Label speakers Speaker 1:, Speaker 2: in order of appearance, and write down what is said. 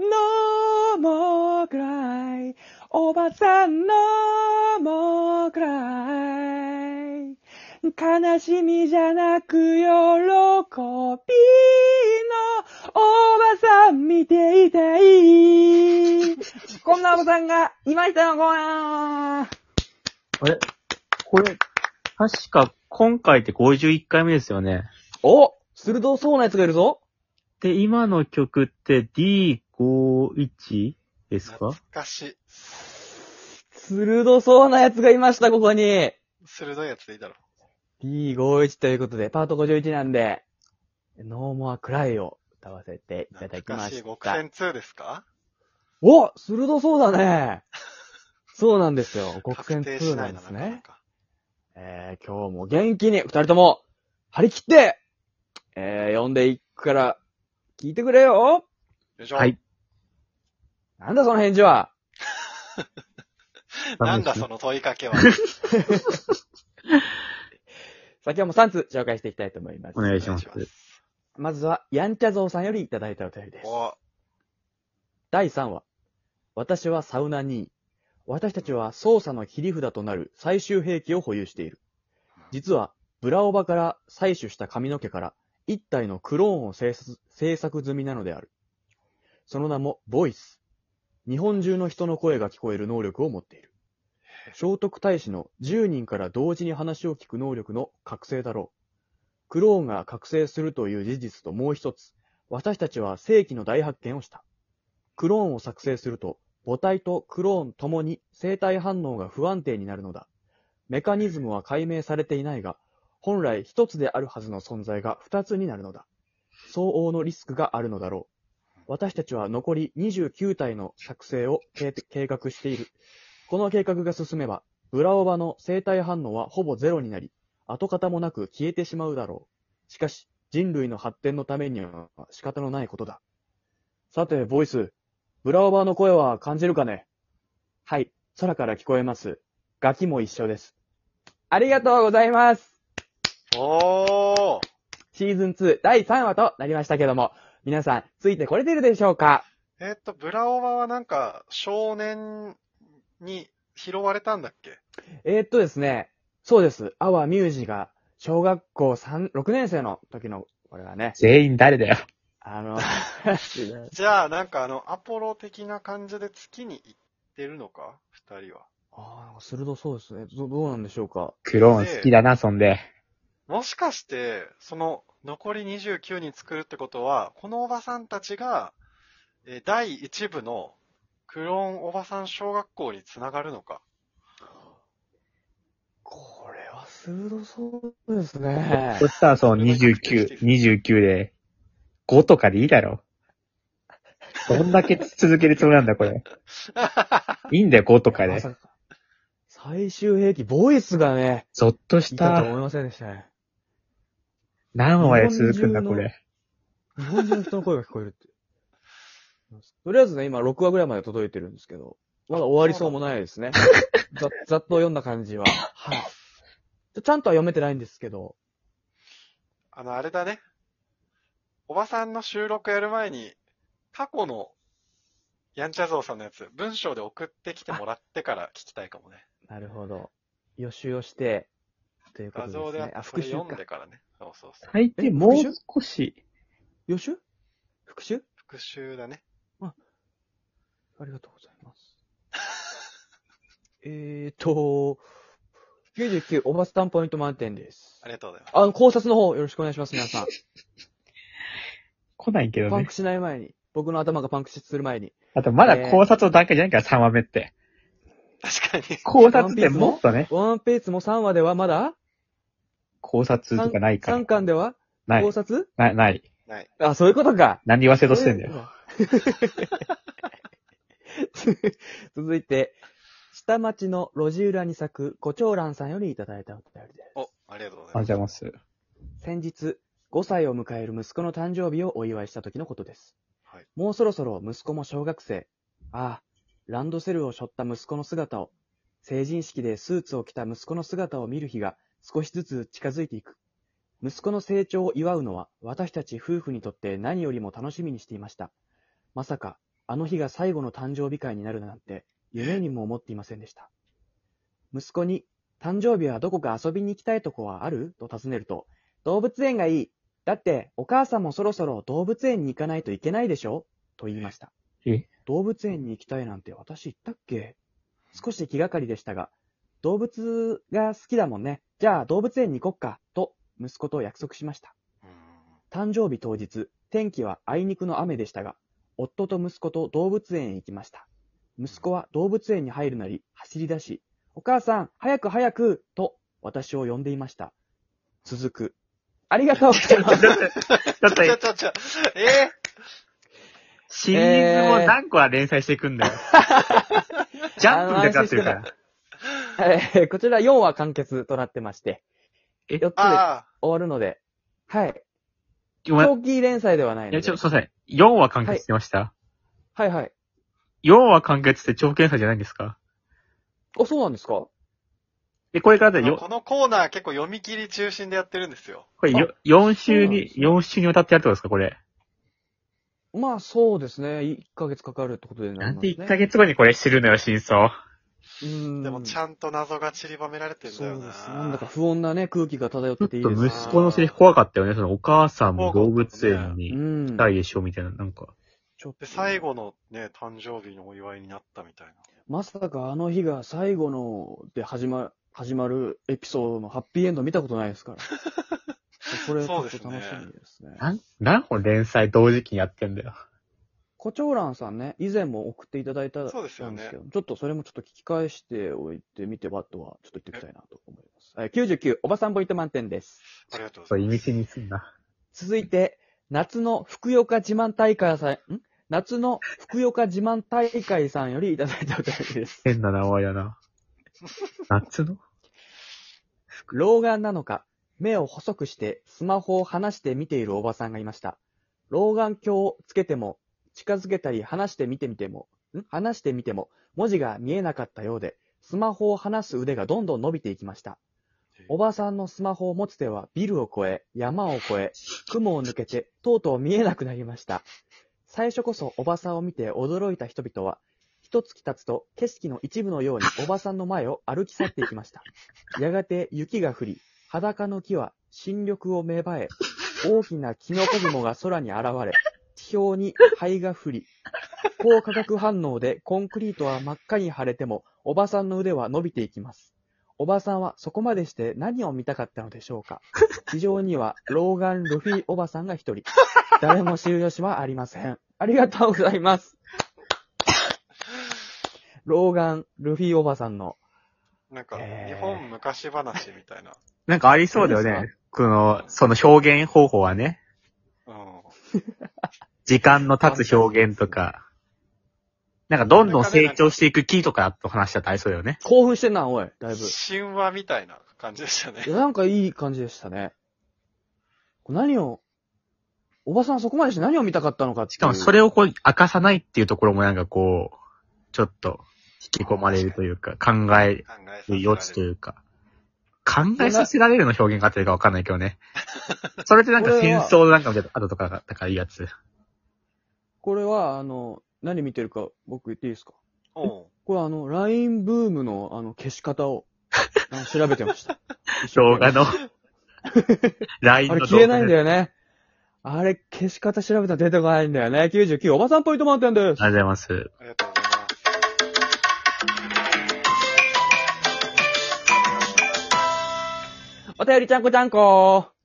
Speaker 1: no more cry. おばさん no more cry. 悲しみじゃなく喜びのおばさん見ていたい。こんなおばさんがいましたのコーナー
Speaker 2: あれこれ、確か今回って51回目ですよね。
Speaker 1: お鋭そうなやつがいるぞ。
Speaker 2: で、今の曲って D51 ですか
Speaker 3: 懐かしい。
Speaker 1: 鋭そうなやつがいました、ここに。
Speaker 3: 鋭いやつでいいだろ。
Speaker 1: B51 ということで、パート51なんで、ノーモアクライを歌わせていただ
Speaker 3: 懐
Speaker 1: きま
Speaker 3: かし
Speaker 1: し
Speaker 3: い。木
Speaker 1: た。
Speaker 3: 線2ですか
Speaker 1: お鋭そうだね。 そうなんですよ。極
Speaker 3: 確
Speaker 1: 戦
Speaker 3: 定し
Speaker 1: 2
Speaker 3: な
Speaker 1: ないんで
Speaker 3: な、な
Speaker 1: す
Speaker 3: かな
Speaker 1: ね。
Speaker 3: か。
Speaker 1: えー、今日も元気に、二人とも、張り切って、えー、読んでいくから、聞いてくれよ。
Speaker 3: よいしょ。
Speaker 2: はい。
Speaker 1: なんだその返事は。
Speaker 3: なんだその問いかけは。
Speaker 1: さあ今日も3つ紹介していきたいと思います。
Speaker 2: お願いします
Speaker 3: お。願いし
Speaker 1: まずは、やんちゃぞうさんよりいただいたお便りです。
Speaker 3: お
Speaker 1: 第3話。私はサウナ2位。私たちは操作の切り札となる最終兵器を保有している。実は、ブラオバから採取した髪の毛から、一体のクローンを製作製作済みなのである。その名も、ボイス。日本中の人の声が聞こえる能力を持っている。聖徳太子の10人から同時に話を聞く能力の覚醒だろう。クローンが覚醒するという事実ともう一つ、私たちは世紀の大発見をした。クローンを作成すると、母体とクローンともに生体反応が不安定になるのだ。メカニズムは解明されていないが、本来一つであるはずの存在が二つになるのだ。相応のリスクがあるのだろう。私たちは残り29体の作成を計計画している。この計画が進めば、ブラオバの生体反応はほぼゼロになり、跡形もなく消えてしまうだろう。しかし、人類の発展のためには仕方のないことだ。さて、ボイス、ブラオバーの声は感じるかねはい、空から聞こえます。ガキも一緒です。ありがとうございます。
Speaker 3: おー
Speaker 1: シーズン2第3話となりましたけども、皆さんついてこれてるでしょうか
Speaker 3: えーっと、ブラオバはなんか、少年に拾われたんだっけ
Speaker 1: えー、っとですね、そうです。アワミュージが小学校3、6年生の時の、これはね、
Speaker 2: 全員誰だよ。
Speaker 1: あ の、
Speaker 3: じゃあ、なんかあの、アポロ的な感じで月に行ってるのか二人は。
Speaker 1: あー鋭そうですねど。どうなんでしょうか
Speaker 2: ク
Speaker 3: ローン好き
Speaker 2: だな、そんで。
Speaker 3: もしかして、その、残り29人作るってことは、このおばさんたちが、えー第1部の、クローンおばさん小学校につながるのか。
Speaker 1: これは鋭 そうですね。
Speaker 2: そしたらその29、
Speaker 3: 29
Speaker 2: 29で、5とかでいいだろ。どんだけ続けるつもりなんだ、こ れ。いいんだよ、5とか
Speaker 1: ま
Speaker 2: で。
Speaker 1: さか最終兵器、ボイスがね、
Speaker 2: ゾッとし
Speaker 1: いたと
Speaker 2: た。
Speaker 1: 思いませんでしたね。
Speaker 2: 何話まで続くんだ、これ。
Speaker 1: 日本中の人の声が聞こえるって。 とりあえずね、今6話ぐらいまで届いてるんですけど、まだ終わりそうもないです ね。ざざっと読んだ感じは。はい。ちゃんとは読めてないんですけど、
Speaker 3: あの、あれだね。おばさんの収録やる前に、過去の、やんちゃぞうさんのやつ、文章で送ってきてもらってから聞きたいかもね。
Speaker 1: なるほど。予習をして、というこ
Speaker 3: 画
Speaker 1: とで
Speaker 3: 像
Speaker 1: す
Speaker 3: であっ
Speaker 1: ね。
Speaker 3: て、
Speaker 1: あ、
Speaker 3: それ
Speaker 1: 復習
Speaker 3: 読
Speaker 1: か
Speaker 3: ん。でからね。そうそうそう。
Speaker 2: 最低もう少し。
Speaker 1: 予習復習
Speaker 3: 復習だね。
Speaker 1: ありがとうございます。 えーと、99、おばスタンポイント満点です。
Speaker 3: ありがとうございます。
Speaker 1: あの、考察の方よろしくお願いします、皆さん。
Speaker 2: 来ないけど
Speaker 1: パン
Speaker 2: ね
Speaker 1: ク。しない前に。僕の頭がパンクしする前に。
Speaker 2: あとまだ考察の段階じゃないから、3話目って。
Speaker 3: 確かに。
Speaker 2: 考察ってもっとね、
Speaker 1: ワンピースも3話ではまだ
Speaker 2: 考察とかないから。
Speaker 1: ?3 巻では
Speaker 2: ない
Speaker 1: 考。察
Speaker 2: ない、ない。
Speaker 3: ない。
Speaker 1: あ、そういうことか。
Speaker 2: 何言わせようとしてんだよ。
Speaker 1: 続いて、下町の路地裏に咲く胡蝶蘭さんよりいただいたお便りです。
Speaker 3: お、ありがとうござい
Speaker 2: あ、
Speaker 3: ます。
Speaker 2: じゃあも うす。
Speaker 1: 先日、5歳を迎える息子の誕生日をお祝いした時のことです。
Speaker 3: はい
Speaker 1: もうそろそろ息子も小学生。ああ、ランドセルを背負った息子の姿を、成人式でスーツを着た息子の姿を見る日が少しずつ近づいていく。息子の成長を祝うのは私たち夫婦にとって何よりも楽しみにしていました。まさか、あの日が最後の誕生日会になるなんて、夢にも思っていませんでした。息子に、誕生日はどこか遊びに行きたいとこはあると尋ねると、動物園がいい。だって、お母さんもそろそろ動物園に行かないといけないでしょと言いました。
Speaker 2: え
Speaker 1: 動物園に行きたいなんて私言ったっけ少し気がかりでしたが、動物が好きだもんね。じゃあ動物園に行こっか。と、息子と約束しました。
Speaker 3: うん
Speaker 1: 誕生日当日、天気はあいにくの雨でしたが、夫と息子と動物園へ行きました。息子は動物園に入るなり走り出し、お母さん、早く早くと私を呼んでいました。続く。ありがとうございます。
Speaker 2: だっ
Speaker 3: ちょ
Speaker 2: て、
Speaker 3: ちょちょ、え
Speaker 2: シリーズも何個は連載していくんだよ。ジャンプみたいになってるから。
Speaker 1: えーこちら4話完結となってまして、
Speaker 2: え
Speaker 1: 4つで
Speaker 3: ー、あ
Speaker 1: 終わるので、はい。
Speaker 2: ごめん。
Speaker 1: 長期連載ではない
Speaker 2: い
Speaker 1: の
Speaker 2: や、ち
Speaker 1: で
Speaker 2: ょ、。すいません。4話完結してました。
Speaker 1: はいはい。
Speaker 2: 4話完結って長期連載じゃないんですか
Speaker 1: あ、そうなんですか
Speaker 2: で、これからで
Speaker 3: あ、
Speaker 2: よ、
Speaker 3: このコーナー結構読み切り中心でやってるんですよ。
Speaker 2: これよ4週
Speaker 1: そうなんで
Speaker 2: に、
Speaker 1: すね
Speaker 2: 4週にわたってやるってことですか、これ。
Speaker 1: まあそうですね。1ヶ月かかるってことにな
Speaker 2: な
Speaker 1: り
Speaker 2: ん
Speaker 1: ます
Speaker 2: で
Speaker 1: ね。
Speaker 2: 1ヶ月後にこれ知るのよ、真相。
Speaker 1: うん
Speaker 3: でもちゃんと謎が散りばめられてんだ
Speaker 1: そ
Speaker 3: よ
Speaker 1: う
Speaker 3: な。
Speaker 1: です。なんだか不穏なね、空気が漂っ
Speaker 2: ちょ
Speaker 1: て
Speaker 2: ってと
Speaker 1: いいですね。
Speaker 2: 息子のセリフ怖かったよね。そのお母さんも動物園に
Speaker 1: う
Speaker 2: 行
Speaker 1: ん
Speaker 2: き。たいでしょ、みたいな。なんか、
Speaker 1: ちょっと
Speaker 3: で、最後のね、誕生日のお祝いになったみたいな。
Speaker 1: まさかあの日が最後ので始まる、始まるエピソードのハッピーエンド見たことない ですから。これ、ちょ
Speaker 3: そう
Speaker 1: っ
Speaker 3: で
Speaker 1: と
Speaker 3: すね
Speaker 1: 楽しみですね。
Speaker 2: なん、何本連載同時期にやってんだよ。
Speaker 1: コチョウランさんね、以前も送っていただいたんです
Speaker 3: そうですよね
Speaker 1: けど、ちょっとそれもちょっと聞き返しておいてみてはとは、ちょっと言っておきたいなと思います。えー99、おばさんポイント満点です。
Speaker 3: ありがとうご
Speaker 2: そう、
Speaker 3: ざい
Speaker 2: 意
Speaker 3: ま
Speaker 2: 味
Speaker 3: す。
Speaker 2: 深にすんな。
Speaker 1: 続いて、夏の福岡自慢大会さん、ん夏の福岡自慢大会さんよりいただいたお便りです。
Speaker 2: 変な名前だ な。夏の
Speaker 1: 老眼なのか、目を細くしてスマホを離して見ているおばさんがいました。老眼鏡をつけても、近づけたり離して見てみても、ん離してみても、文字が見えなかったようで、スマホを離す腕がどんどん伸びていきました。おばさんのスマホを持つ手はビルを越え、山を越え、雲を抜けて、とうとう見えなくなりました。最初こそおばさんを見て驚いた人々は、一月経つと景色の一部のようにおばさんの前を歩き去っていきました。やがて雪が降り、裸の木は新緑を芽生え、大きなキノコ雲が空に現れ、地表に灰が降り、高化学反応でコンクリートは真っ赤に腫れても、おばさんの腕は伸びていきます。おばさんはそこまでして何を見たかったのでしょうか地上には老眼ルフィおばさんが一人。誰も知る由はありません。ありがとうございます。老眼ルフィおばさんの
Speaker 3: なんか、
Speaker 1: えー
Speaker 3: 日本昔話みたいな。
Speaker 2: なんかありそうだよ
Speaker 1: いいで
Speaker 2: ね。この、その表現方法はね。
Speaker 3: うん。
Speaker 2: 時間の経つ表現とか。なんかどんどん成長していく木とかと話しちゃったりそうだよね。
Speaker 1: 興奮してんな、おい、だいぶ。
Speaker 3: 神話みたいな感じでしたね
Speaker 1: い。や、なんかいい感じでしたね。これ何を、おばさんはそこまでして何を見たかったのかっていう。
Speaker 2: しかもそれをこう明かさないっていうところもなんかこう、ちょっと引き込まれるというか、考え
Speaker 3: 考えさせら
Speaker 2: る
Speaker 3: れ
Speaker 2: 余地と
Speaker 3: る。
Speaker 2: いうか、考えさせられるの表現があってるかわかんないけ どね。それってなんか戦争なんかみたいな後とかが、だからいいや つ。
Speaker 1: これは、あの、何見てるか僕言っていいですか
Speaker 3: うん。
Speaker 1: これあの、LINE ブームのあの、消し方を、あの調べてま した。
Speaker 2: 動画の、LINE
Speaker 1: あ
Speaker 2: の
Speaker 1: れ
Speaker 2: 動画
Speaker 1: 消えないんだ
Speaker 2: よ。
Speaker 1: よね。あれ、消し方調べたら出てこないんだよね。99、おばさんポイント満点です。
Speaker 2: ありがとうございます。
Speaker 3: ありがとうございます。
Speaker 1: お便りちゃんこちゃんこー。